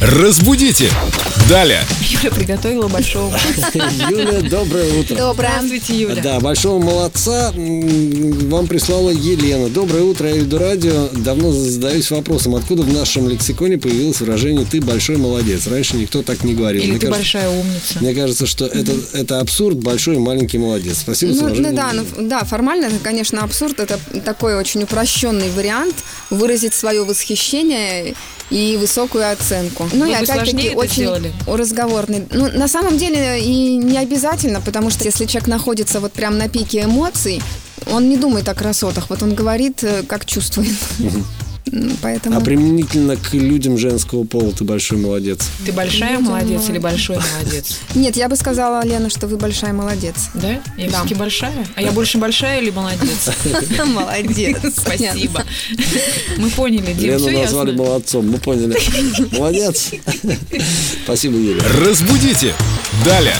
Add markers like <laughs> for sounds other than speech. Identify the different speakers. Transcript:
Speaker 1: Разбудите! Далее!
Speaker 2: Юля приготовила большого.
Speaker 3: Юля, доброе утро.
Speaker 4: Доброе.
Speaker 2: Здравствуйте, Юля.
Speaker 3: Да, большого молодца м, вам прислала Елена. Доброе утро, Эйду Радио. Давно задаюсь вопросом, откуда в нашем лексиконе появилось выражение «ты большой молодец». Раньше никто так не говорил.
Speaker 2: Или
Speaker 3: мне,
Speaker 2: ты
Speaker 3: кажется,
Speaker 2: большая умница.
Speaker 3: мне кажется, что это, это абсурд «большой и маленький молодец». Спасибо за
Speaker 4: Ну,
Speaker 3: выражение
Speaker 4: ну да, ну,
Speaker 3: Елены.
Speaker 4: да, формально это, конечно, абсурд. Это такой очень упрощенный вариант выразить свое восхищение и высокую оценку. Ну
Speaker 2: Вы
Speaker 4: и
Speaker 2: бы сложнее
Speaker 4: опять-таки
Speaker 2: это
Speaker 4: очень
Speaker 2: сделали?
Speaker 4: разговорный. Ну, на самом деле и не обязательно, потому что если человек находится вот прям на пике эмоций, он не думает о красотах. Вот он говорит, э, как чувствует. Ну, Поэтому...
Speaker 3: А применительно к людям женского пола «ты большой молодец».
Speaker 2: Ты большая
Speaker 4: Видимо,
Speaker 2: молодец или
Speaker 4: молодец.
Speaker 2: большой молодец?
Speaker 4: Нет, я бы сказала, Лена, что вы
Speaker 2: <laughs>
Speaker 4: большая молодец.
Speaker 2: Да? Я
Speaker 4: Да.
Speaker 2: все-таки большая. А я больше большая или молодец?
Speaker 4: <laughs> Молодец.
Speaker 2: Спасибо. Мы поняли, Дим,
Speaker 3: Лену
Speaker 2: все
Speaker 3: назвали
Speaker 2: ясно.
Speaker 3: молодцом, мы поняли. Молодец. Спасибо, Юля.
Speaker 1: Разбудите! Далее!